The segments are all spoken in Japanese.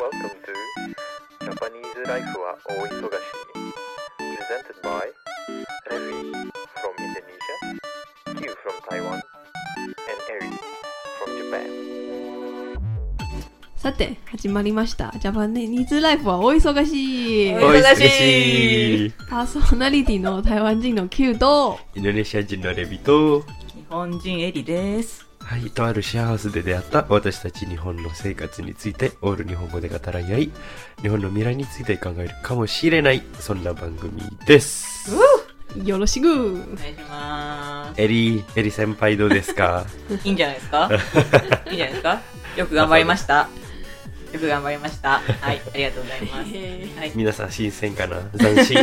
Welcome to Japanese Life は大忙しに Presented by Revi from Indonesia, Q from Taiwan, and Eri from Japan. さて始まりましたジャパネニーズライフはお忙しいお忙しいパーソナリティの台湾人の Q とインドネシア人のレビと、日本人エリです。はい、とあるシェアハウスで出会った私たち日本の生活についてオール日本語で語らい合い、日本の未来について考えるかもしれない、そんな番組です。よろしくお願いしまエリー、エリ先輩どうで すかす。いいんじゃないです かいいんじゃないですかよく頑張りま した。よく頑張りました。はい、ありがとうございます。はい、皆さん新鮮かな斬新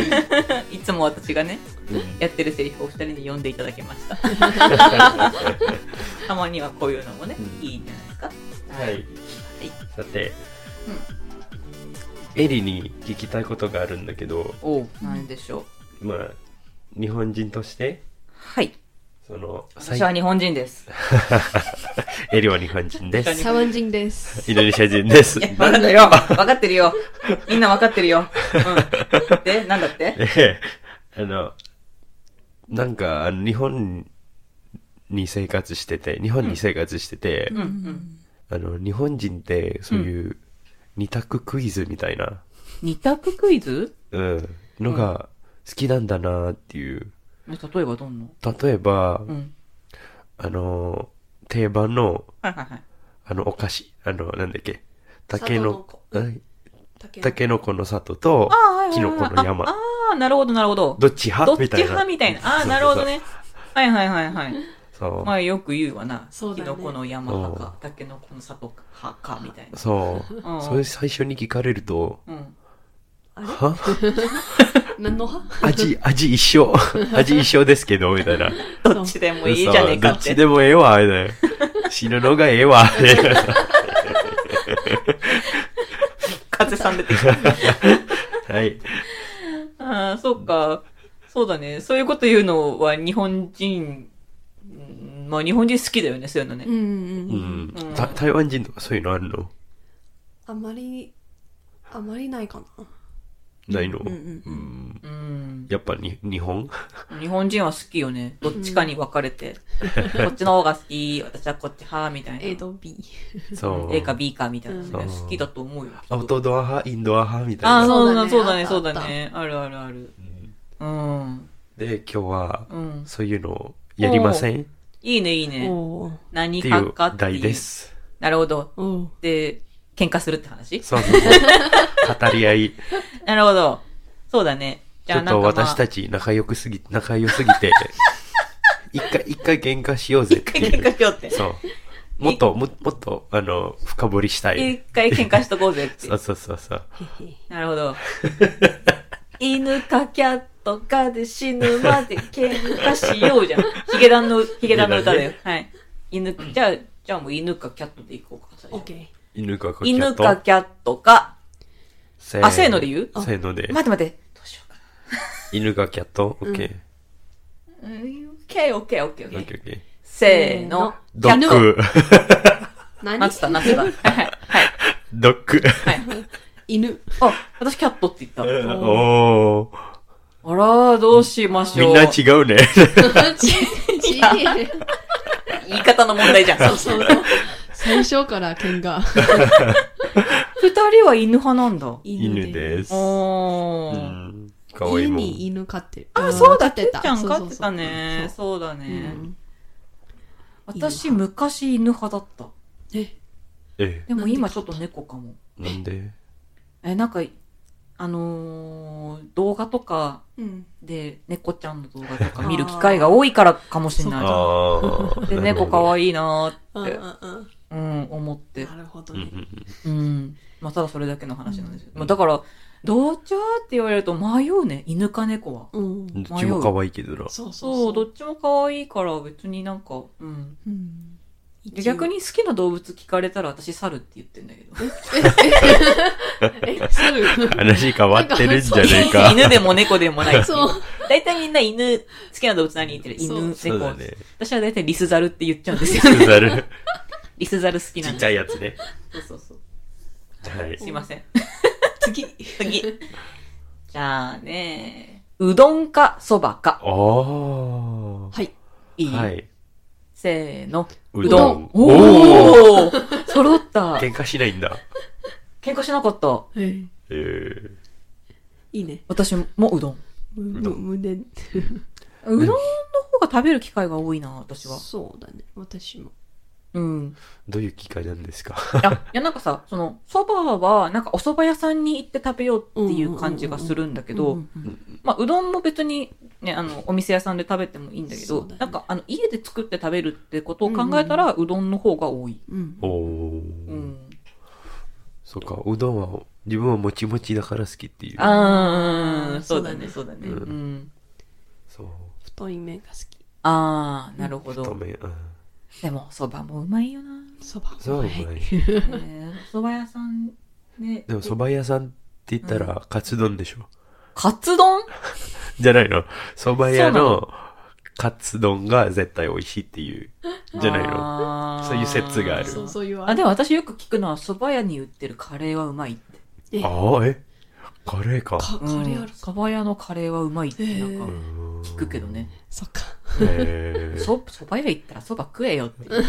いつも私がね、うんやってるセリフをお二人に読んでいただきました。 たまにはこういうのもね、うんいいんじゃないですかはい。さて、エリに聞きたいことがあるんだけど、おう、なんでしょう。まあ、日本人として、はい。その、私は最日本人です。 エリは日本人です。台湾人ですインドネシア人です。いやわかってるよ。わかってるよ。みんなわかってるよ。うん。で、なんだ ってええあの、なんか、あの日本に生活してて、日本に生活してて、うんうん。あの、日本人って、そういう、二択クイズみたいな、二択クイズうん、のが好きなんだなっていう。例えばどんな例えば、うん。あの、定番の、はいはいはい。あの、お菓子、あの、なんだっけ、里の竹の、うん竹竹のこの里とああ、はいはい、はい。キノコのあ山。あー、なるほど、なるほど。どっちど派っちみたいな。派みたいな。あそあ、うなるほど。ね。はいはいはいはい。そうそう。まあよく言うわな。そうだねキノコの山派か、タケノコの里派か、みたいな。そう。うんそれ最初に聞かれると、うん。は何の派味、味一緒。 味一緒ですけど、みたいな。どっちでもいいじゃねえかそうどっっちて。でもええわ、みたいな。死ぬのがええわ、 みたいな。風さん出てきた。はい。 ああ、そうか。そうだね。そういうこと言うのは日本人、うんまあ日本人好きだよね、そういうのね。うんううんうんん。た台湾人とかそういうのあるのあまりあまりないかなないの、うんうんうん。やっぱに、日本日本人は好きよね。どっちかに分かれ て。こっちの方が好き、私はこっち派、みたいな。 A と B そう。 A か B かみたいなのね、うん好きだと思うよ。アウトドア派、インドア派みたいああ、な。そうだね、そうだね、そそううだだねね。あるあるある。うん。で、今日は、うん。そういうのをやりませんっいいね、いいね。おー何てい派うかって題いでう。す。なるほど。おーで、喧嘩するって話そうそうそう。語り合い。なるほど。そうだね。 じちゃょあっなんか、とまあ、私たち仲良くすぎ、仲良すぎ て、一回、一回喧嘩しようぜっ一て回い う。喧嘩しようって。そう。もっと、ももっと、あの、深掘りした一い。回喧嘩しとこうぜってそ。うそうそうそう。なるほど。犬かキャットかで死ぬまで喧嘩しようじゃん。ヒゲダンの、ヒゲダンの歌だよ。はい。犬、じゃあ、じゃあもう犬かキャットでいこうか。最初 OK 犬かこ犬かキャットか。せあせーので言うせーので待。って待って。どうしようか犬かキャットオッケー。な。うーん、オッケーオッケーオッケーオオッッケー。ケーオッケー。せーの。ドッキャット。グ。何なってた、なってた。はいはい。 ドッグ。はい。はい。犬あ、私キャットって言った。おー。あらー、どうしましょう。みんな違うね。 ちげえ言い方の問題じゃん。二人そう最初から剣が は犬派なんだ。犬です。うおー。ん。かわいい家もにん。犬飼ってるあ、そう飼だ、てっってちたゃん飼そうそうってそうたね。そうだうね。ん私、昔犬派だった。ええ、でも今ちょっと猫かも。なんでえ、なんか、あのー、動画とかうんで猫ちゃんの動画と か見る機会が多いからかもしれない。あー。で、猫かいわいいなうんーうって、んうんうん、思って。なるほどい。うんうねんうん。まあ、ただそれだけの話なんですよ。まあ、だから、どっち派って言われると迷うね。犬か猫は。うんうんどっちもかわいいけどな。そうそうそう、どっちも可愛いから別になんか、うん。うんで逆に好きな動物聞かれたら私猿って言ってんだけど。え猿話変わってるんじゃねえか。犬でも猫でもない。そう大体みんな犬、好きな動物何言ってるそう犬、猫。そうだね。私は大体リスザ ルって言っちゃうんですよね。ザル。リスザル好きなちんっでちゃいやつね。そうそうそう。はいすいません。次。次。じゃあね、うどんかそばか。おー。はい。いい。はい。せーの。うどん。ーおおー揃った。喧嘩しないんだ。喧嘩しなかった。はい。えー、いいね。私もうどん。む、うどむ、んむね。うどんの方が食べる機会が多いな、私は。そうだね。私も。うん。どういう機会なんですかあ、いやなんかさ、その、蕎麦は、なんかお蕎麦屋さんに行って食べようっていう感じがするんだけうどん、うんうんまあ、うどんも別に、ね、あの、お店屋さんで食べてもいいんだけそうど、だねなんか、あの、家で作って食べるってことを考えたら、うどんの方が多い。うん。おー。うん。そっか、うどんは、自分はもちもちだから好きっていう。ああ、そそううだだねね、そうだね。ううんん。そう。太い麺が好き。ああ、なるほ太ど。麺。うん。でも、蕎麦もうまいよな。そば。そううまい。ね蕎麦屋さんね。でも、蕎麦屋さんって言ったら、カツ丼でしょ。カツ丼じゃないの。蕎麦そうな屋の、カツ丼が絶対美味しいっていう。じゃないの。のそういう説があるそう、そういうあ、あでも私よく聞くのは、蕎麦屋に売ってるカレーはうまいって。えああ、えカレーか。か、カレーあるか。蕎麦屋のカレーはうまいって、なんへかー、聞くけどね。そっか。へーそ、蕎麦屋行ったら蕎麦食えよっていう感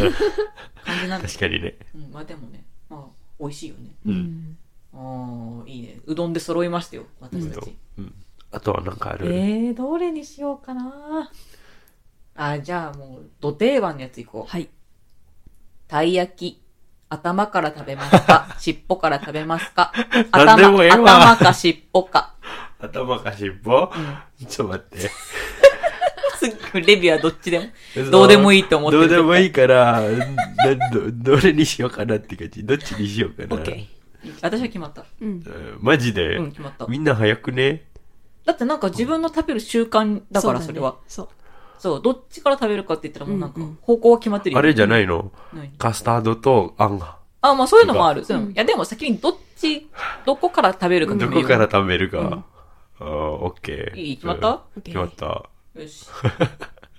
じなんだけ確かにね。ど。うん、まあでもね、まあ、美味しいよね。うんうん。ああ、いいね。うどんで揃いましたよ、私たち。うん。あとはなんかあえる。ー、どれにしようかな。あ、じゃあもう、土定番のやついこう。はい。たい焼き。頭から食べます か尻尾から食べますかなんで頭もええわ頭か尻尾か。 頭かしっぽうちょっと待って。すっごいレビューはどっちでも。 どうでもいいと思ってどうるでもいいから、など、どれにしようかなって感じ。どっちにしようかな。オッケー。私は決まった。うん。うんマジで、うん、決まった。みんな早くねだってなんか自分の食べる習慣だから、うねそれは。。そう。そう、どっちから食べるかって言ったらもうなんかうんうん、方向は決まってるよ。あれじゃないの何カスタードとあんが。あ、まあそういうのもある。そういうのもうんいや、でも先にどっち、どこから食べるかっていどうこから食べるか。あーオッケー。いい決まったうん決まった。よし。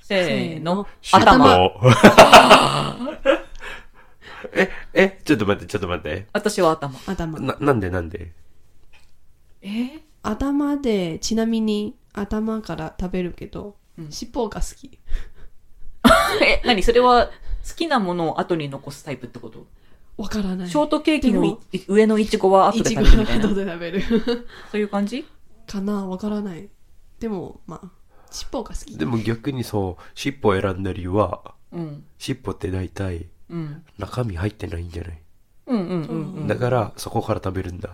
せーの。尻頭。尾。 え、え、ちょっと待って、ちょっと待って。私は頭。頭。な、なんでなんでえー、頭で、ちなみに、頭から食べるけどう、ん尻尾が好き。え、何それは好きなものを後に残すタイプってことわからない。ショートケーキのいでも上のイチゴは後いでち食ごべるみたいな。後で食べる。 そういう感じかなわからない。でも、まあ、尻尾が好き。でも逆にそう、尻尾選んだ理由は、うん。尻尾って大体うん。中身入ってないんじゃないうんうんうんうん。だからそこから食べるんだ。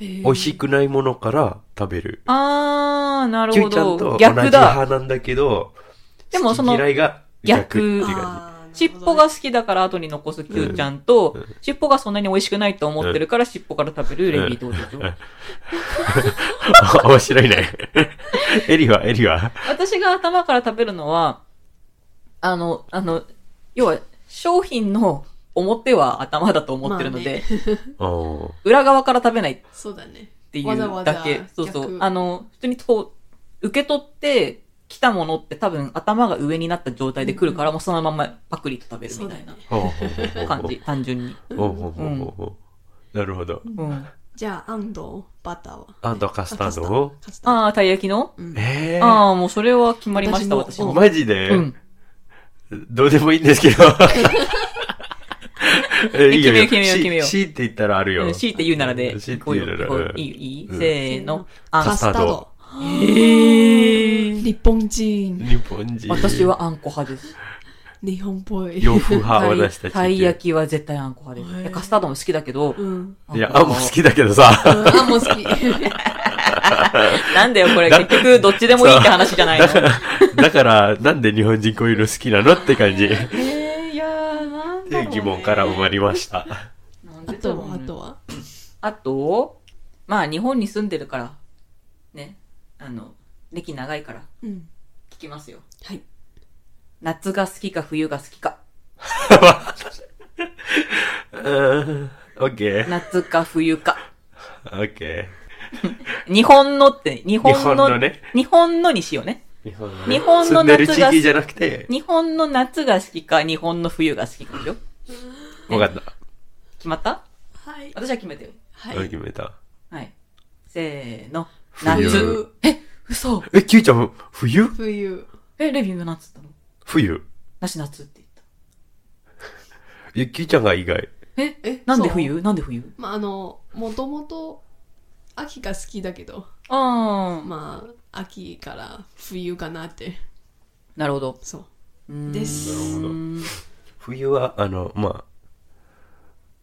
美美味しくないものから食べる。あー、なるキュほイちゃんとど。同じ逆だ。派なんだけど、でもその好き嫌いが逆っていう感あー尻尾が好きだから後に残すキューちゃんと、尻尾がそんなに美味しくないと思ってるから尻尾から食べるレビーってことでしょ、じ。 面白いね。エリは、エ リは。私が頭から食べるのは、あの、あの、要は商品の表は頭だと思ってるので、おー裏側から食べないっそうだね。ていわうざわざだけ。そうそう。逆あの、普通にこう、受け取って来たものって多分頭が上になった状態で来るからもうそのままパクリと食べるみたいなおー感じ、単純に。おーおーおーおーなるほど。うん。じゃあ、安藤、バターは。あとカスタードをカスタード。ああ、たい焼きのうんえー、ああ、もうそれは決まりました、私私もも。マジで、うん。どうでもいいんで すけど。えいいよいいよ決めよう決めよう決めようし強いて言ったらあるよ。強いて言うならで。強いて言うならこういうこういいいいせーの。あカんスターカスタドード。へー日本人、日本人。私。はあんこ派です。日本っぽい。 洋風派、私たち。たい焼きは絶対あんこ派でへすーいや。カスタードも好きだけど。うん。いや、あんも好きだけどさ。うんあ、もう好 き。なんだよ、これ。だ結局、どっちでもいいって話じゃない のだ。から、だからなんで日本人こういうの好きなのって感じ。っえー、いやー、なんていう疑問から生まれ ました。 なんあでだろとうは、ねあとは。あと、まあ、日本に住んでるから、ね、あの、歴長いから、うん。聞きますよ。はい。夏が好きか冬が好きか。うーん。オッケー。夏か冬か。オッケ日本のって、日本の、日本のね日本のにしようね。ー。日本の日本住のんでる夏地が域じゃなくて、日本の夏が好きか、日本の冬が好きかでしょわかった。決まったはい。私は決めてる。は何い。決めたはい。せーの。冬夏。え、嘘。え、キューちゃん、冬冬。え、レビューが夏だったの冬私夏って言っいや、キューちゃんが意外。た。え、えなんでそう冬なんで冬まあ、あの、もともと、秋が好きだけど、ああ。まあ、秋から冬かなって。なるほど。そうう。んです。うーん冬は、あの、ま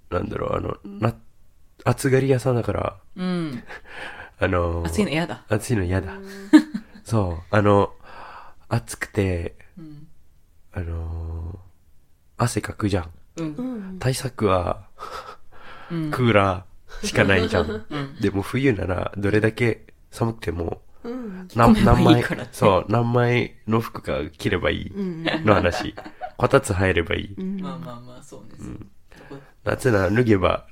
あ、なんだろう、あの、な、暑がり屋さんだから、うん。あの、暑いの嫌だ。暑いの嫌だ。そう、あの、暑くて、うん。あの、汗かくじゃん。うう。んん。対策は、うん。クーラーしかないじゃん。うんでも冬なら、どれだけ寒くても、うん。な着込めば何枚いいからねそう、何枚の服か着ればいいうん。の話。こたつ入ればいい。うんまあまあまあ、そうね。そこ夏なら脱げば、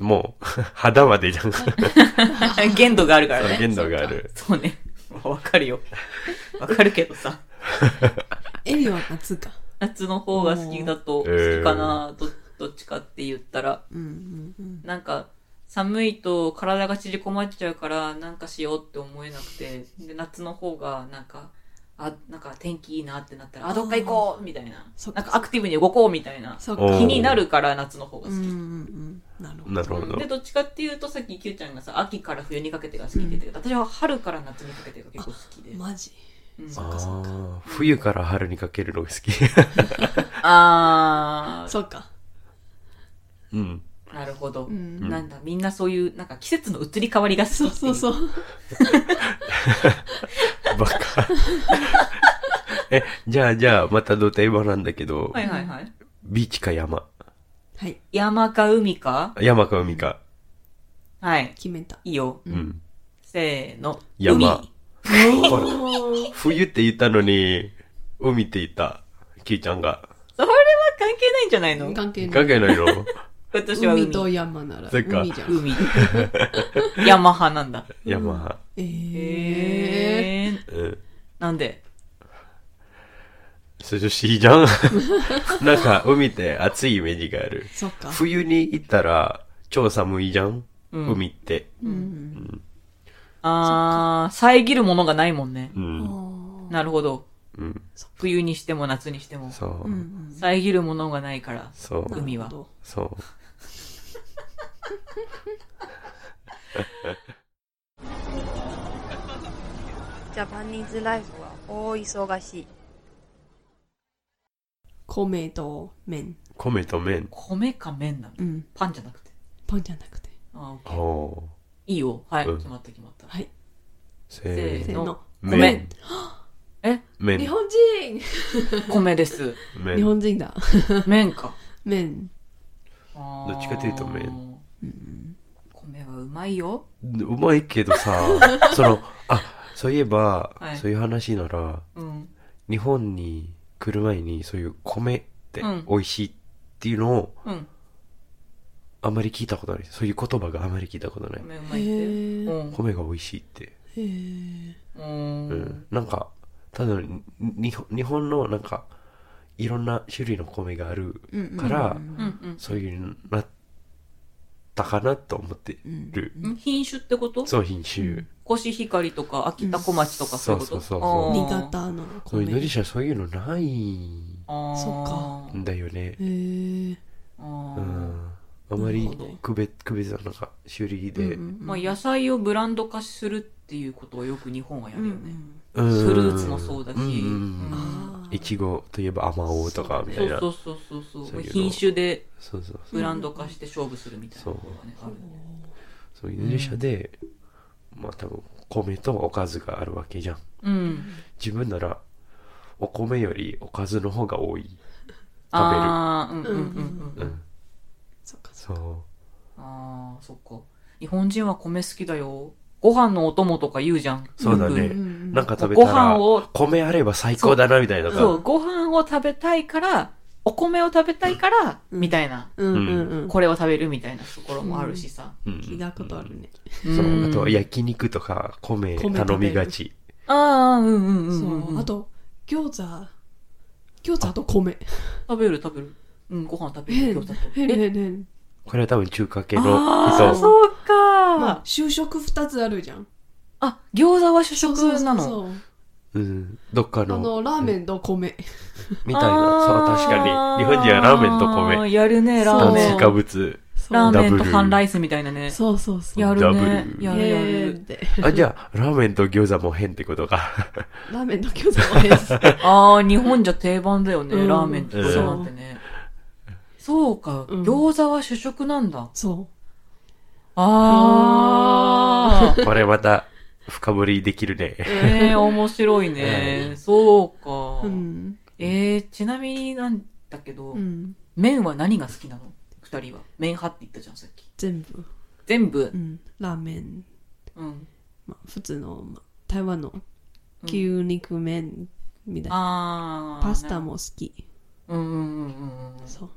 もう、 肌までじゃん。 限度があるからね。限度があるそうね。 わかるよ。わかるけどさ。エリは夏か。夏の方が好きだと、好えーきかな、ど、どっちかって言ったら、うんうんうん。なんか、寒いと体が縮こまっちゃうから、なんかしようって思えなくて、で、夏の方が、なんか、あ、なんか天気いいなってなったら、あ、どっか行こうみたいなそっ。かなんかアクティブに動こうみたいな。そうか。おー気になるから夏の方がう好んうき。んうん。なるほなど。るほどで、。どっちかっていうと、さっき Q ちゃんがさ、秋から冬にかけてが好きって言ってたけど、私は春から夏にかけてが結構好きで。マジ。うんあっかそっかー冬から春にかけるのが好き。あー、そうか。 うん。なるほど、うんなんだ、みんなそういう、なんか季節の移り変わりが好きってそいう。そうそうう。バカ。え、じゃあ、じゃあ、また土手場なんだけど、はいはいはい。ビーチか山。はい。山か海か山か海か。はい。決めた。いいよ。うん。せーの。山海。冬って言ったのに、海って言った、キーちゃんが。それは関係ないんじゃないの関係ない。関係ない の今年は海。海と山ならそっか海じゃん。海。 山派なんだ。山。えー。へー。うん。なんで涼しいじゃん。 なんか、海って暑いイメージがある。そっか。冬に行ったら、超寒いじゃん、うん海って。うん。あー、遮るものがないもんね。うん。なるほど。うん。冬にしても夏にしても。そう。うんうん。遮るものがないから。そう。海はなるほどそう。ジャパニーズライフは大忙しい。米と麺。米と麺。米か麺なのうん。パンじゃなくて。パンじゃなくて。あーほう。いいよ。はい。うん決まった決まった。はい。せーせせーーのの。麺。え日麺。本人米です。日麺。本人だ。麺か。麺。どっちかというと麺米はうまいよ。うまいけどさ、その、あ、そういえば、はいそういう話なら、うん。日本に来る前にそういう米ってうん美味しいっていうのをうん。あまり聞いたことない。そういう言葉があまり聞いたことない。米うへまいって。うー。ん。米が美味しいって。へーうん。うん。なんか、ただにに日本のなんか、いろんな種類の米があるうんうんから、うんうんそういうのになったかなと思ってる。うん。品種ってことそう、品種。コシヒカリとか、秋田小町とかそういうことそうそうそうそうあー新潟のそういうのり米。しゃそういうのないんあーそっかだよね。へーあうーん。あまりなるほど区別、区別はなんか、種類で。うんうんまあ、野菜をブランド化するっていうことをよく日本はやうるんようね。ん。うんフルーツもそうだし。うんうんうんうんあーいちごといえばあまおうとかみたそいな。うそそううそうそうそうそういうの品種でそうそう。ブランド化して勝負するみたいなことがね、あるねそう、インドネシアで、まあ多分、米とおかずがあるわけじゃん。うん。自分なら、お米よりおかずの方が多い。ああ、うんうんうんう。うんん。そっか。そああ、そっか。日本人は米好きだよ。ご飯のお供とか言うじゃん。う。そうだよね。くんなんか食べたらご飯を、米あれば最高だなみたいな。そう、ご飯を食べたいから、お米を食べたいから、うんみたいな。うんうんうん。これを食べるみたいなところもあるしさ。うん聞いたことあるね。そう。あとはや、焼肉とか米米頼みがち。ああ、うんうんうんそうん。う。あと、餃子。餃子と米。食べる食べる。うん、ご飯食べへる。ん餃子と。へんへんへん。これは多分中華系のああ、人。そうか、まあ、就職二つあるじゃん。あ、餃子は主食そうそうなの。そううん。どっかあの、の、ラーメンと米。みたいな。そう、確かに。日本人はラーメンと米。米。やるね、ラーそうメ炭ン。水化物。ラーメンダブとル半ライスみたいなね。そうそうそう。やるねダブ。ルやイるエやーイっる。て。あ、じゃあ、ラーメンと餃子も変ってこと か。ラーメンと餃子もです。ああ、日本じゃ定番だよね、うんラーメンと餃子なんてね。そうか、うん餃子は主食なんだ。そあ あ、これまた、深掘りできるね。ええ面白いね。そうか。う。うん。ええちなみになんだけど、うん。麺は何が好きなの二人は。麺派って言ったじゃん、さっき。全部。全部う。ん。ラーメン。うん。まあ、普通の、まあ、台湾の牛肉麺みたいな。ああ。パスタ。も好き。うんうんうんうんうん。そう。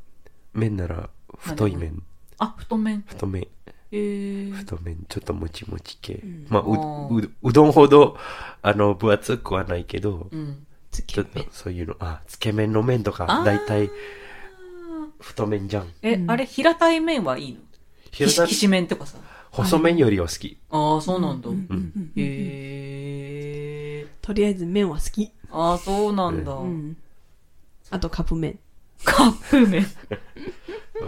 麺なら、太い麺。あ、太麺。太麺。ええ太麺。ちょっともちもち系ん。まあ、あう、ーう、うどんほど、あの、分厚くはないけど、うん。つちけょっとそういうの、あ、つけ麺の麺とあかー、だいたい太麺じゃん。え、うんあれ、平たい麺はいいの平平田たきし麺とかさ。細麺よりは好き。ああ、そうなんだ。うんうんうんうんへえ。とりあえず麺は好き。ああ、そうなんだ。うん。あとカップ麺。カップ麺。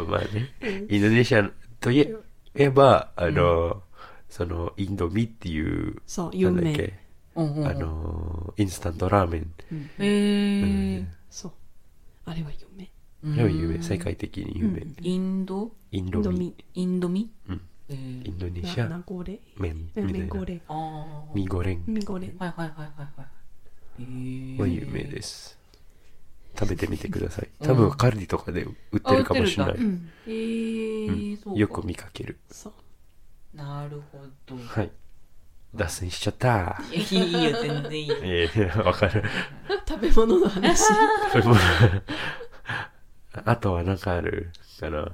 まあね、インドネシアといええば、あの、その、インドミっていう、そう、有なんだっ名。け、うんうん。あの、インスタントラーメン。へえ。そう。あれは有名。あれは有名、世界的に有名。うんインドインイドンドミ、ミ。インドミうんえーインドネシなアナゴレ。麺みたうんいミゴな。レ。ああ。ミゴレンミゴレ。はいはいはいはいはい。へーは有名です。食べてみてください。多分カルディとかで売ってるかもしれなあ売っいる。ん。へえ、そううんか。よく見かける。そう。 なるほど。はい。脱線しちゃった。いやいいよ、全然いいよ。ええ、わかる。食べ物の話。 あとはなんかあるかな。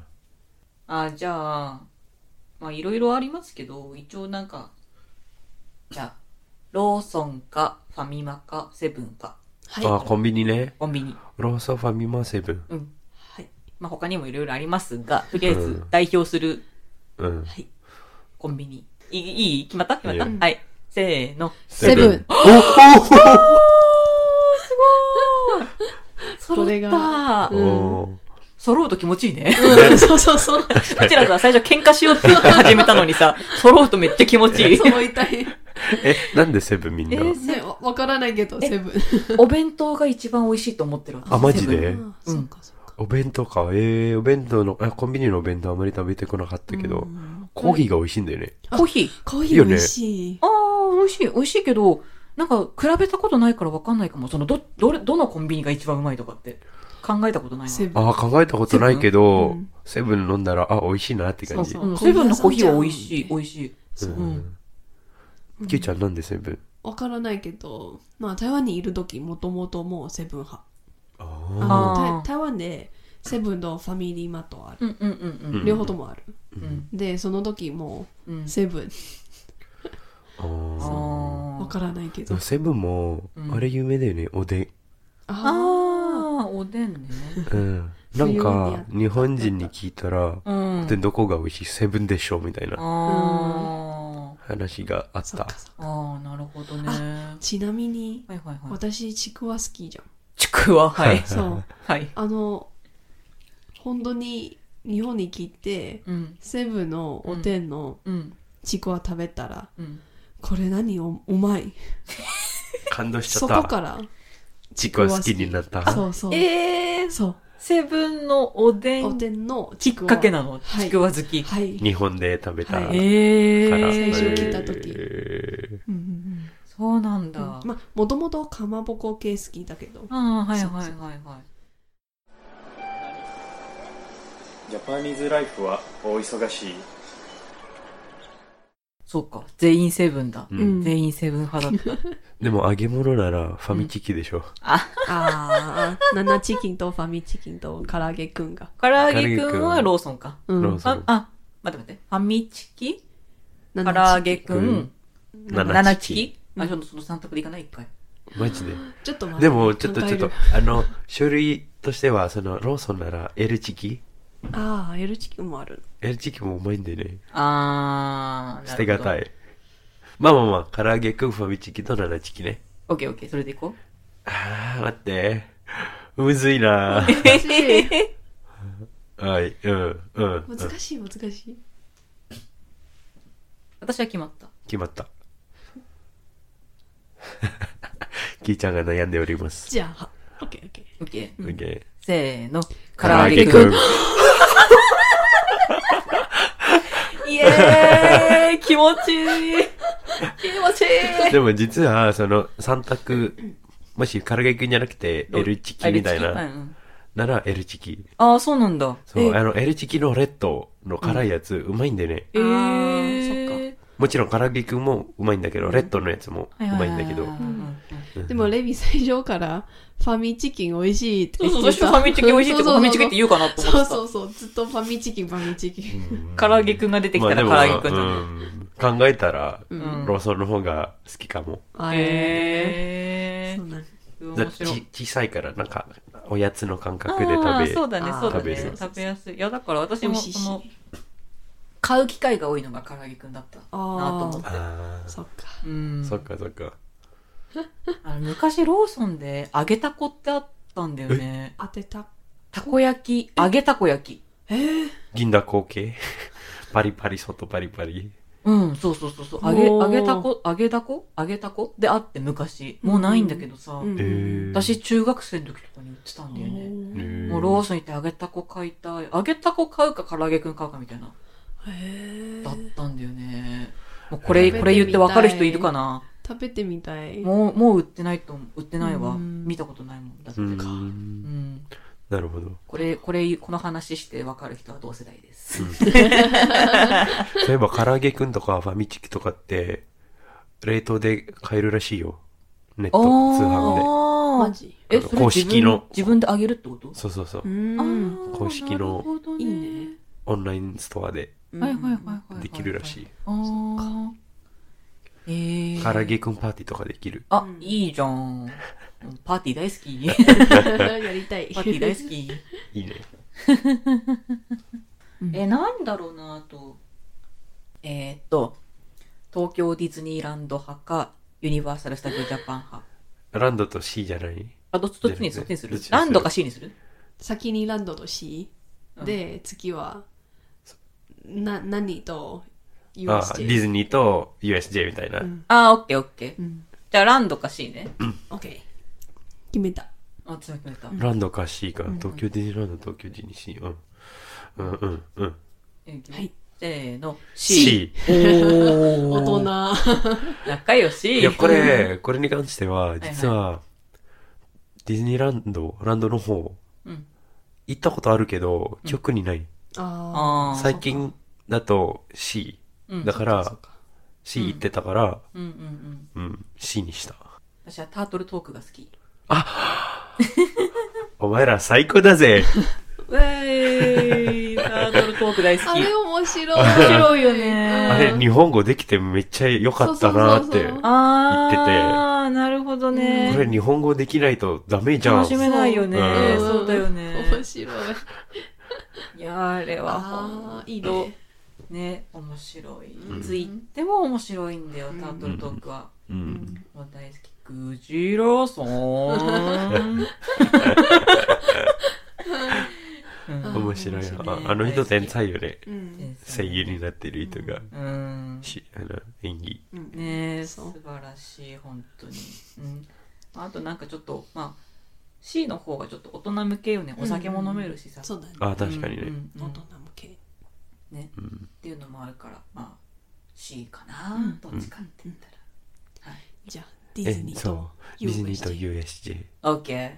あ、じゃあ、まあいろいろありますけど、一応なんか、じゃあ、ローソンか、ファミマか、セブンか、はい。あ、はコンビニね。コンビニ。ローソンファミマセブン。うん。い。まあ他にもいろいろありますが、とりあえうずん代表するうん。はい。コンビニ。いいいい決まった決まった、いいよはい。せーの。セブン。揃それっがたお。お揃うと気持ちいいね。うん、 そうそうそう。うちらさ、最初喧嘩しようって言って始めたのにさ、揃うとめっちゃ気持ちいい。そう言いたい。ねーえ、なんでセブンみんな。わわからないけど、えセブン。お弁当が一番美味しいと思ってるあ、マジあでーそうか、そうか。お弁当か。ええお弁当の、あ、コンビニのお弁当あまり食べてこなかったけど、コーヒーが美味しいんだよね。コーヒー。コーヒー美味しい。ああ、美味しい、美味しいけど、なんか比べたことないから分かんないかも。その、ど、どれ、どのコンビニが一番うまいとかって考えたことないな。、セブン。あ、考えたことないけど、うんセブン飲んだら、あ、美味しいなって感じ。そううんセブンのコーヒーは美味しい、コ美ー味しい。そうう。ん。キューちゃんなんでセブンわからないけど、まあ、台湾にいるとき、もともともうセブン派。ああのあー台台湾で、セブンとファミリーマートはある。うんうんうんうん。両方ともある。うんで、その時もうんう、。セブン。あー。あわからないけでども。セブンもう、んあれ有名だよね、おでん。ああー、おでんね。うん。なんか、冬に日本人に聞いたら、うん。で、どこが美味しいセブンでしょみたいあなー話があっー、そっかた。そっか。あー、なるほどね。はちなみに、いはいはい。私、ちくわ好きじゃん。ちくわ、はい。そう。はい。あの、本当に日本に来て、うん。セブンのおでんのうん。ちくわ食べたら、うん。これ何おうまい。感動しちゃそっこた。から、ちくわ好きになった。そうそう。えー、そセブンのおでう。おんでんのちきっくわ。かけなの、はいちくわ好き。はい。日本で食べたかはら。いえ最え初聞いた時えうんうんそうなんだ。うんうんまあ、もともとかまぼこ系好きだけど。ああ、はいそうはいはいそうはい。ジャパニーズライフは大忙しい。そうか。全員セブンだ。ーうん全員セブン派だった。でも揚げ物ならファミチキでしょ。ああ、ナナチキンとファミチキンと唐揚げくんが。唐揚げくんはローソンか。うん。ローソあン、。あ、待って待って。ファミチキ、唐唐揚げく、うん七七チチキキ。あ、ちょっとその三択でいかない一回。マジで。ちょっと待ってでも、ちょっと考ちえょっると、あの、書類としては、その、ローソンなら L チキああ、エルチキもある。エルチキもうまいんでね。あー、捨てがたい。い。まあまあまあ、唐揚げくんファミチキとナナチキね。オッケーオッケー、それでいこう。あー、待って。むずいなはい、うん、うん。うん難しい、難しい。私は決まった。決まった。 キーちゃんが悩んでおります。じゃあ、オッケーオッケー。オッケー。オッケせーの。ー。唐揚げくん。イエー イ気持ちいい気持ちいいでも実は、その、三択、もし唐揚げくんじゃなくて、エルチキみたいあな、ならエルチキ。あー、そうなんだ。そう、あの、エルチキのレッドの辛いやつ、うまいんでね。えーー、そっもちろん、唐揚げくんもうまいんだけど、レッドのやつもうはははまいんだけどう。んか。でも、レビ最初から、ファミチキン美味しいってそ言うってそう、た。最初ファミチキ美味しいって、ファミチキって言うかなと思そうってそうた。そう、ずっとファミチキン、ファミチキン。唐揚げくんが出てきたら唐まあで揚もげくんじゃない。うん考えたら、んローソンの方が好きかも。あええそうなんー。だ面ち白い。小さいから、なんか、おやつの感あ覚で食あべ。ーそうだねあーそうだ食べねる食べやすいいやだから私美も味しいしその買う機会が多いのが唐揚げくんだったなと思ってあそっか。うんーそっかそっか。あの昔ローソンで揚げたこってあったんだよね当てた。たこ焼き揚げたこ焼き銀だこ系 パリパリ、外パリパリ。うんそうそうそうそう揚げおー揚げたこ揚げたこ揚げたこであって昔もうないんだけどさ、うんえー私中学生の時とかに売ってたんだよねもうローソン行って揚げたこ買いたい揚げたこ買うか唐揚げくん買うかみたいなへえだったんだよねもうこれ食べてみたいこれ言ってわかる人いるかな食べてみたい。もう、もう売ってないと思う、売ってないわ。うん見たことないもん。だって。ううん。んなるほど。これ、これ、この話して分かる人は同世代です。 そういえば、唐揚げくんとかファミチキとかって、冷凍で買えるらしいよ。ネット通販マ販。ジ。え、それ公自式分の自分であげるってことで。そうそうそうう。ん。あー公式のなるほどねいいねオンラインストアではいはいはいはいはい。できるらしい。あー。えー。唐揚げくんパーティーとかできる。あ、いいじゃん。パーティー大好き。い。やりたい。パーティー大好き。いいね。え、なんだろうなあと。えーっと、東京ディズニーランド派か、ユニバーサル・スタジオ・ジャパン派。ランドと C じゃないあ、どっち、どっちにするどっちにするどっちにするランドか C にする先にランドと C うんで、次は、な、何とああ、ディズニニーと USJ みたいな。んあー、オッケーオッケー。うん。じゃあ、ランドか C ね。オッケー。決めた。あ、決めた決めた。ランドか C か。東京ディズニーランド、東京ディズニー C。うん。うんうんうん。うんはい。せーの、C。 C。お大ー。人。仲良し。いや、これ、これに関しては、実は、ディズニーランド、ランドの方、うん。行ったことあるけど、記憶にない。ああー。最近だとう C。んだあ。かそらっ、か C 行ってたから、うんうんうん。うん、C にした。私はタートルトークが好き。お前ら最高だ ぜウェーイタートルトーク大好き。あれ面面白い。面白いよね。 あれ、日本語できてめっちゃ良かったなっそうて。そうそうこあー。言っててなるほどね。れ日本語できないとダメじゃん。楽しめないよね。うんそうだよね。面白い。いやーあれはあーいいとねね面白い、いつ行っても面白いんだよ、タートルトークは、うん。もう大好きクジラさんうん面白いな。面白いあねあの人天才よね。うん。声優になってる人が、うんしあの演技。ねえそう素晴らしい本当に、うん、あとなんかちょっとまあ C の方がちょっと大人向けよねお酒も飲めるしさ、そうだね。あ確かにね。うんう大んうん人向け。ね、っていうのもあるからまあ C かな、どっちかって言ったら、じゃあ、ディえズニーそうと。ディズニーと USJ USJ。オッケー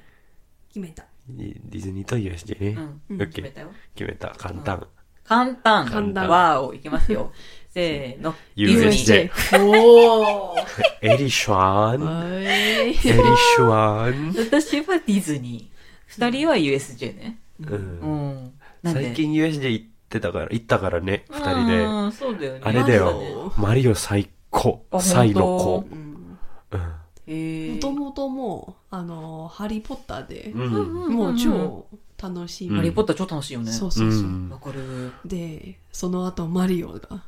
決めた。ディズニーと USJ ね。うオんッ決ケめー。たよ決めた。簡単。簡単簡単わーおいきますよせーの USJ。おー。 エリシュワン。はい。エリシュワン。ディズニー私はディズニー二人は USJ ねう。うんんなんで最近 USJ 行ってたから、行ったからね、二人で。うんそうだよねあれだマジだよね。マリオ最高。あ最の子本。もへともともう、あの、ハリー・ポッターでう、ん。もう超楽しうんハみ、リーポッター超楽しいよね。そうそうそう、んわかる。でその後マリオが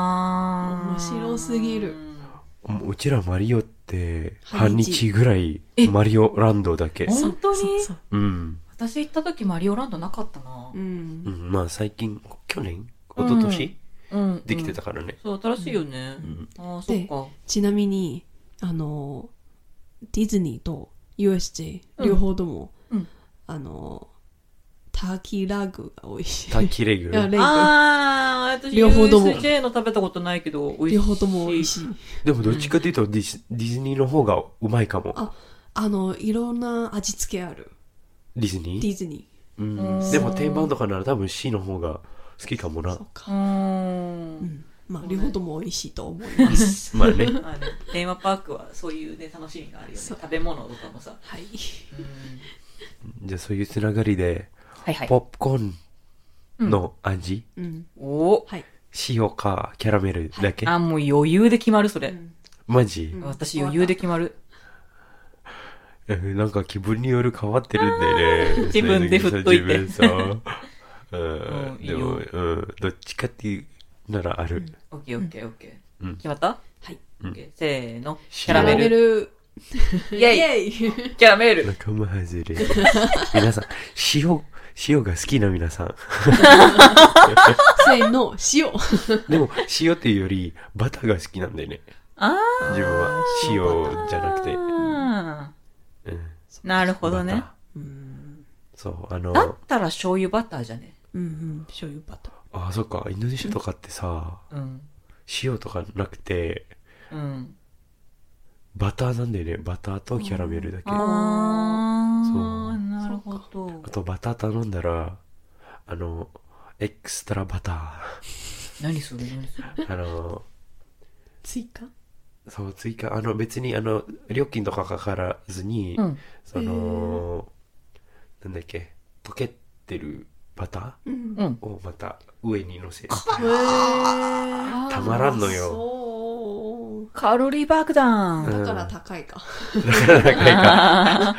あー。面白すぎる。うちらマリオって半半日日ぐらいマリオランドだけ。本当にそうそううん。私行った時マリオランドなかったなう。んうん、まあ最近、去年一昨年、うん。できてたうん。からね。そう、新しいよね。うんあー、そっか。ちなみにあのディズニーと USJ うん両方とも、うんあのターキーラグが美味しいターキーレいグ。やレイクあー、私両方とも USJ の食べたことないけど、美味しい。両方とも美味しいでもどっちかというとディスディズニーの方がうまいかも。ああのいろんな味付けあるディズニデーィズニうんうんでも定番とかなら多分 C の方が好きかもーなそう。うか、ー。うんん、まあそうね両方とも美味しいと思いますまあね。あの、テーマパークはそういうね、楽しみがあるよね。そう食べ物とかもさ。はいうんじゃあそういうつながりで、はいはい。ポップコーンの味、うんおはい、塩かキャラメルだけ、あ、もう余裕で決まる、そうれ。んマジ、うん私余裕で決まる。うんなんか気分による変わってるんだよね。自分で振っといて自分さ。ううんん、いいでよも、うん、どっちかっていうならある。オッケーオッケーオッケうー。ん決まったはいオッケーせーの。キキャラメル。ルイェイイエイキャラメル。仲間外れ。 皆さん、塩、塩が好きな皆 さん。せーの塩でも、塩っていうより、バターが好きなんだよね。あ自分は、塩じゃなくて。あ。うんなるほどね。バうんターそう、だあっの、たら醤油バターじゃね。うんうん醤油バターあ、そっか、インドネシアとかってさ、うん。塩とかなくて、うん。バターなんだよね。バターとキャラメルだけ。ああそあ。うなるほど。と、バター頼んだら、あの、エクストラバタ何それ何それ。ー。あ の、追加そう、追加、あの、別に、あの、料金とかかからずに、うん。その、なんだっけ、溶けてるバタうんうん。ーをまた上に乗せ、たたまらんのよそカロリー爆弾。 ううんだから高いか、 高いか。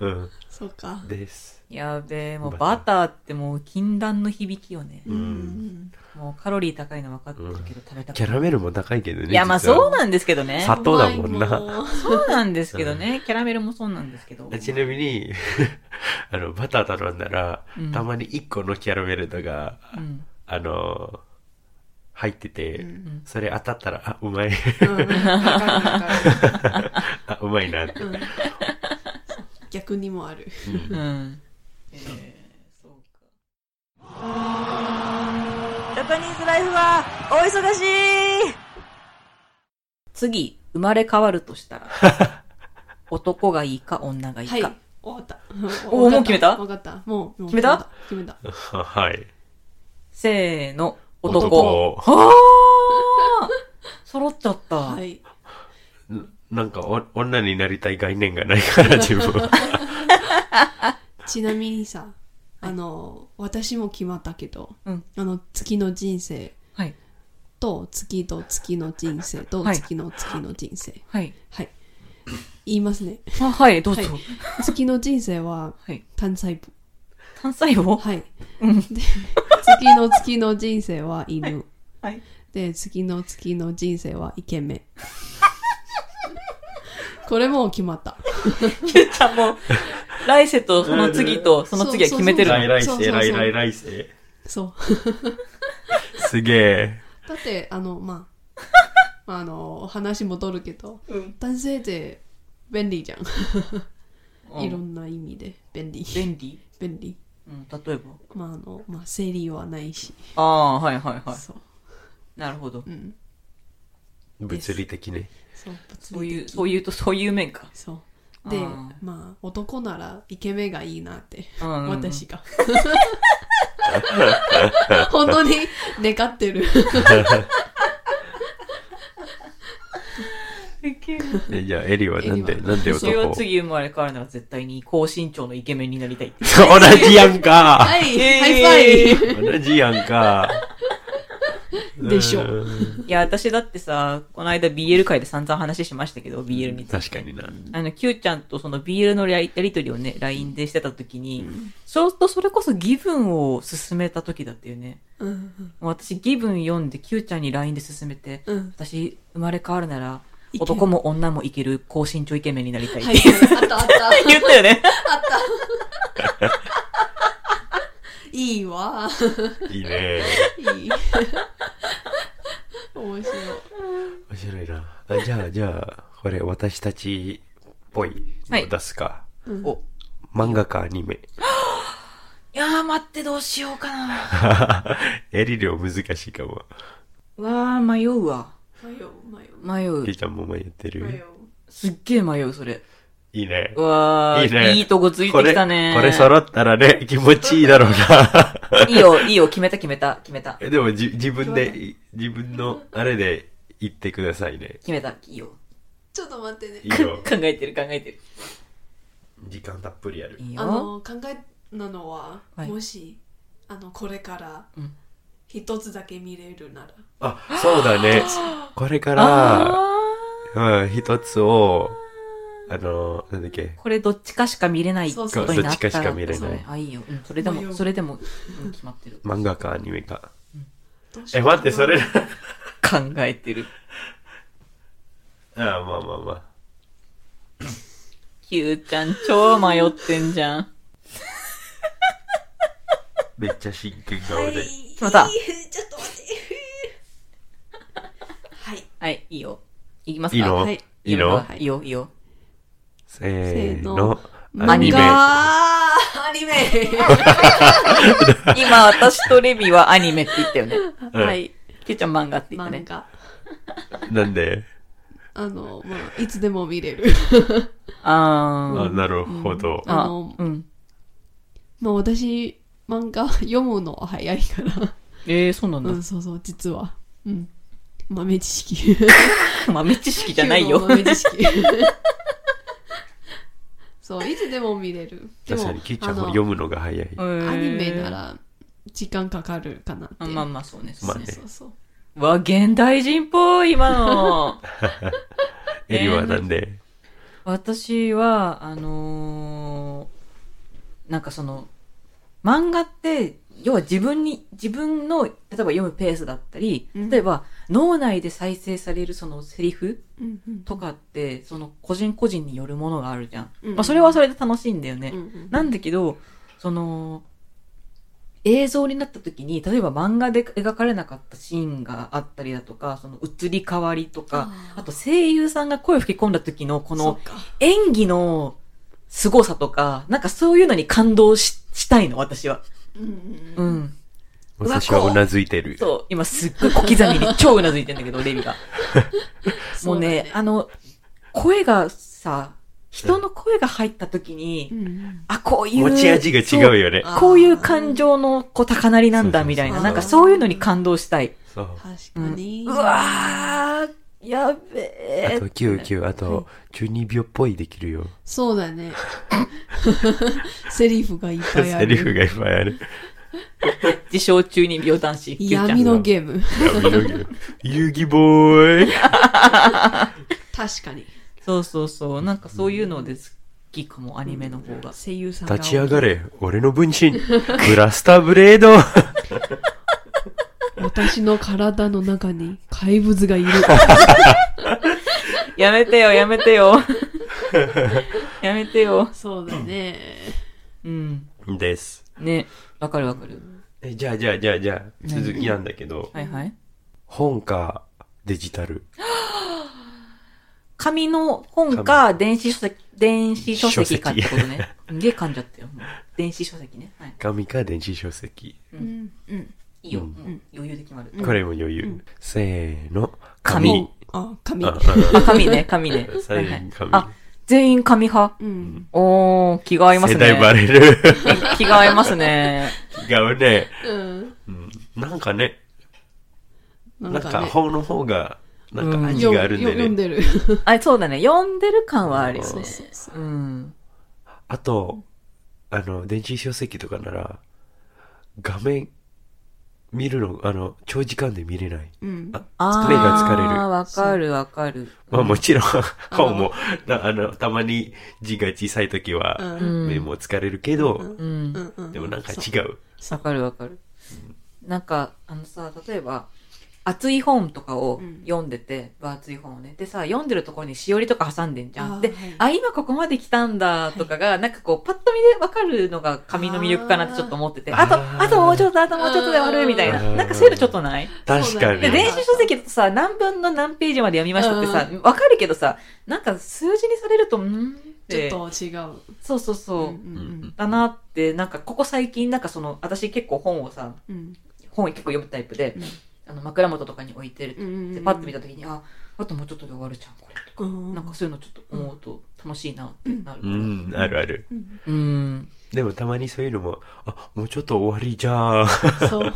うん。そうかです。 やべえ、もうバターってもう禁断の響きよね。う。うんんもうカロリー高いの分かってるけど食べたキくャない。ラメルも高いけどね。いや、まあ実はそうなんですけどね。砂糖だもんなうまいもんそうなんですけどね。キャラメルもそうなんですけど。ちなみに、 あの、バター頼んだら、うんたまに1個のキャラメルとか、うん。あの、入ってて、うんそれ当たったら、あ、うまい。うんわかるわかるあ、うまいなって。うん逆にもあるうん。えーそうか。ジャパニーズライフはお忙しい次、生まれ変わるとしたら、 男がいいか女がいいか。はい終わったおわかったもう決めたわかったもうもう決めた決めた決めはい。せーの、男。男ああ揃っちゃったた。はいなんかお、女になりたい概念がな いから、自分。ちなみにさあの私も決まったけど、うんあの月の人生はい。と月と月の人生とはい月の月の人生はい。はい言いますねあはい、どうぞ。はい月の人生ははい。単細胞単細胞はい。うんで、月の月の人生は犬。 はい。で、月の月の人生はイケメン。これもう決まった。ゆうちゃんも、来世とその次とその次は決めてるそうの。そう来来そうそう世、そう来来来世。そう。すげえ。だって、あの、まあ、まあ、あの、話戻るけど、うん男性って便利じゃん。うんいろんな意味で便利。便利便利。うん、例えば。まあ、あの、まあ、生理はないし。ああ、はいはいはそう。い。なるほど。うん。物理的ね。そう、そういう、そそうういうと、そういう面か。そう。であー、まあ、男ならイケメンがいいなって。うんうん私が。本当に願ってる。いける。えじゃあ、エリはなんで、エリはなんでそれは男次生まれ変わるなら絶対に高身長のイケメンになりたいって。そう同じやんは かい、えーハイファイブ同じやんか。でしょういや、私だってさ、この間 BL 界で散々話しましたけど、BL について。確かにな。あの、Q ちゃんとその BL のやりやりとりをね、LINE でしてた時に、ちょうどそれこそギブンを勧めた時だったよね。うんうんもう私ギブン読んで Q ちゃんに LINE で勧めて、うん私生まれ変わるならいける男も女もいける高身長イケメンになりたいっはて、いあったあった言ったよね。あったいいわいいね。いい面白い面白いな。あじゃあ、じゃあ、これ私たちっぽいのを出すか。お漫画かアニメ。 いやー待ってどうしようかな。やり量難しいかも。うわー迷うわ。迷う迷う迷うり。ーちゃんも迷って迷うる。すっげー迷うそれ。いいねう。わー、いいいいねとこついてこきれ、たねこれ揃ったらね、気持ちいいだろう な。いいよ、いいよ、決めた決めた、決めた。えでもじ、自分で、自分のあれで言ってくださいね。決めた、いいよ。。ちょっと待ってねいいよ 考えてる、考えてる。時間たっぷりやる。いいあよ。の考えなのは、はいもしあのこれからうん一つだけ見れるなら、あ、そうだね。これから、あうん、一つを、あの、なんだっけー、これどっちかしか見れないそこうそうとになったらどっちかしか見れないあ、いいよ。うんそれで迷も、うそれでも、うん決まってる。漫画かアニメか。どうしえ、ようかな待って、そ れ、考えてる。ああ、まあまあまあ。キューちゃん、超迷ってんじゃん。めっちゃ真剣 顔で。決まったちょっと待ってはいはい、いいよ。いきますかいいのはいいのはいいいよ、いいよ。せーの。アアニニメメ。あーアニメ今、私とレミはアニメって言ったよね。うんはいキューちゃん漫画って言った漫ね。画なんであのまあいつでも見れるあー。あ、なるほど。ああのうん。まあ私漫画読むのは早いからえー、そうなんだう。んそうそう実はうん豆知識 豆知識じゃな いよ。豆知識そういつでも見れるで確もかに、キッちゃんもあの読むのが早い。アアニメな。ら時間かかるかなって。あまあまあ、そうね。まあねそうそう。わ、現代人っぽい、今 の。エリはなんで私は、あのーなんかその、漫画って、要は自分に、自分の、例えば読むペースだったり、うん例えば脳内で再生されるそのセリフうんうんとかって、その個人個人によるものがあるじゃん。うんまあそれはそれで楽しいんだよね。うんうんなんだけど、その、映像になった時に、例えば漫画で描かれなかったシーンがあったりだとか、その移り変わりとか、あーあと声優さんが声を吹き込んだ時のこそのっか演技の凄さとか、なんかそういうのに感動ししたいの、私は。うんうんううんん。私はうなずいてる。そう、今すっごい小刻みに超うなずいてん だけど、レビが。もうね、あの、声がさ、人の声が入った時に、うんうんあ、こういう。持ち味が違うよねそう。こういう感情のこう高鳴りなんだみたいそな。うそうなんそうかそういうのに感動したい。そう。確うんかに。うわー、やべあー。と、9、9、あと、12秒っぽいできるよ。そうだね。 セリフがいっぱいある。セリフがいっぱいある。自称中二病男子、キューちゃ闇ん。のゲーム。闇のゲーム遊戯ボーイ確かに。そうそうそう。なんかそういうので好きかも、アニメの方が。声優さんが。立ち上がれ、俺の分身ブラスターブレード私の体の中に怪物がいる。やめ てよ、やめてよ。 やめてよ。そうだね。うん。です。ね。わかるわかる。えじゃあ、じゃあ、じゃあ、じゃあ、続きなんだけど、はいはい。本かデジタル。紙の本か、電子書籍、電子書籍かってことね。で、噛んじゃったよ。もう電子書籍ね。はい。紙か電子書籍。うんうん。いいよ。うんうん余裕で決まる。これも余裕。せーの、紙紙。あ、紙。ああ、紙ね、紙ね。全員は紙いはいあ、全員紙派。うん。おー、気が合います世ね。代バレる。 気が合いますね。違うね。うん。うんなんかね、ななんかね本の方が、なんうんか味よがあるんよで読んね。でる。あ、そうだね。読んでる感はあるよそうね。そうそう。うん。あと、あの、電子書籍とかなら、画面見るの、あの、長時間で見れない。うんああ目が疲れるああ、わかるわかる。まあもちろん、顔も、なあの、たまに字が小さい時うは、ん目も疲れるけど、うんう。んうんでもなんかそう違う。わかるわかる。なんか、あのさ、例えば、熱い本とかをうん読んでて、分厚い本をね。でさ、読んでるところにしおりとか挟んでんじゃあーん。で、はいあ、今ここまで来たんだとかが、なんかこう、パッと見でわかるのが紙の魅力かなってちょっと思ってて、あと、あーあともうちょっと、あともうちょっとで終わるみたいなあ。ーなんかそういうのちょっとない確かに。で、そうだ電ね子書籍だとさ、何分の何ページまで読みましたってさ、わかるけどさ、なんか数字にされると、んーってちょっと違うそうそうそう。うんうんだなって、なんかここ最近、なんかその、私結構本をさ、うんうん本を結構読むタイプで、うんあの枕元とかに置いてるうんうんうんでパッと見た時に、あ、あともうちょっとで終わるじゃん、これとか。うんなんかそういうのちょっと思うと楽しいなってなる。うん、あるある。うんうん。でもたまにそういうのも、あ、もうちょっと終わりじゃん。そうで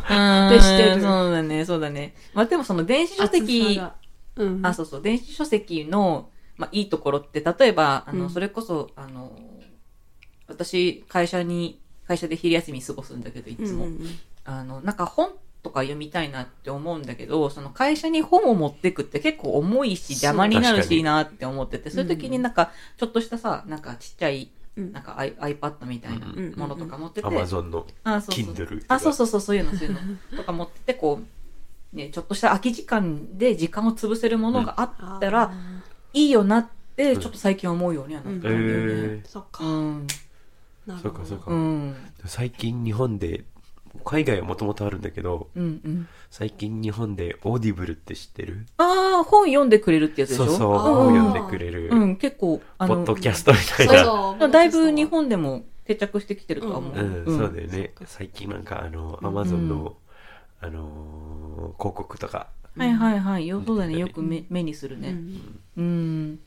でしてるそうだね、そうだね。まあでもその電子書厚籍さ、がうんあ、そうそう、電子書籍の、まあ、いいところって、例えば、あの、うんそれこそ、あの、私、会社に、会社で昼休み過ごすんだけど、いつも。うんうんあの、なんか本とか読みたいなって思うんだけど、その会社に本を持ってくって結構重いし邪魔になる確かにしなって思ってて、そういう時になんか、ちょっとしたさ、なんかちっちゃい、うんなんか i- iPad みたいなものとか持ってて、アマゾンのあ、そうそう。 Kindle とか。あ、そうそうそう、そういうの、そういう の。とか持ってて、こう、ね、ちょっとした空き時間で時間を潰せるものがあったら、あいいよなって、うんちょっと最近思うようにはなったえんだよね。ーー、そっうかん。なるほそうかどそうか。うん。最近日本で、海外はもともとあるんだけど、うん。うん。最近日本でオーディブルって知ってるああ、本読んでくれるってやつでしそょうそう、あー本読んでくれる、うん、結構、あポのッ、ドキャストみたいそうな。そうまあだいぶ日本でも定着してきてるとは思う。うん、うんそうだよね。最近なんかあの、アマゾンの、あのー広告とか。はいはいはい。よそうだね。うんよく目目にするうね。んうん。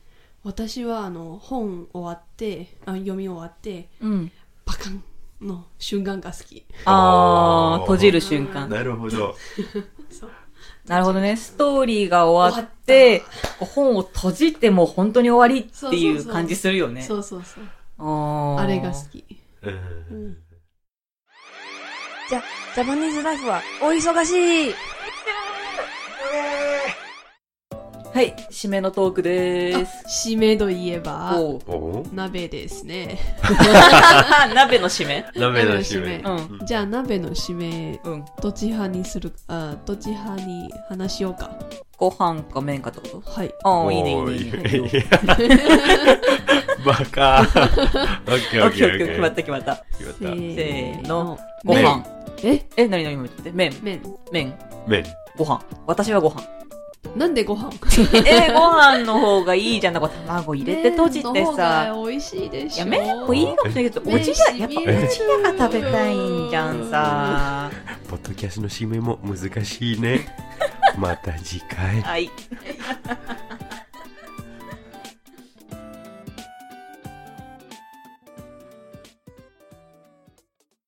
私はあの本終わってあ読み終わってうん。パカンの瞬間が好きああ、閉じる瞬間。なるほど。なるほどね。ストーリーが終わって、こう本を閉じてもう本当に終わりっていそうそううそう感じするよね。そうそうそうあーあれが好。きうん。じゃ、ジャパニーズライフは大忙しいはい。締めのトークでーす。締めといえばおうお鍋ですね 鍋の締め鍋の締め。うんうんじゃあ鍋の締めうん。どっち派にするあどっち派に話しようかご飯か麺かってこと はいああ、いいね、いいね、いいおね。ーいいねバカ。オッケーオオッケーオッッケーオッケケー、ー。決まった決まった。決まった。せーののご麺飯。ええ、何何今言って麺。麺麺。麺。ご飯。私はご 飯。なんでご飯えー、ご飯の方がいいじゃん。なんか卵入れて閉じて麺のさ。方が美味しいでしょいや、麺もいいかもしれないけど、麺おじが、やっしぱみるおじが食べたいんじゃんさ。ポッドキャストの締めも難しいね。また次回。はい。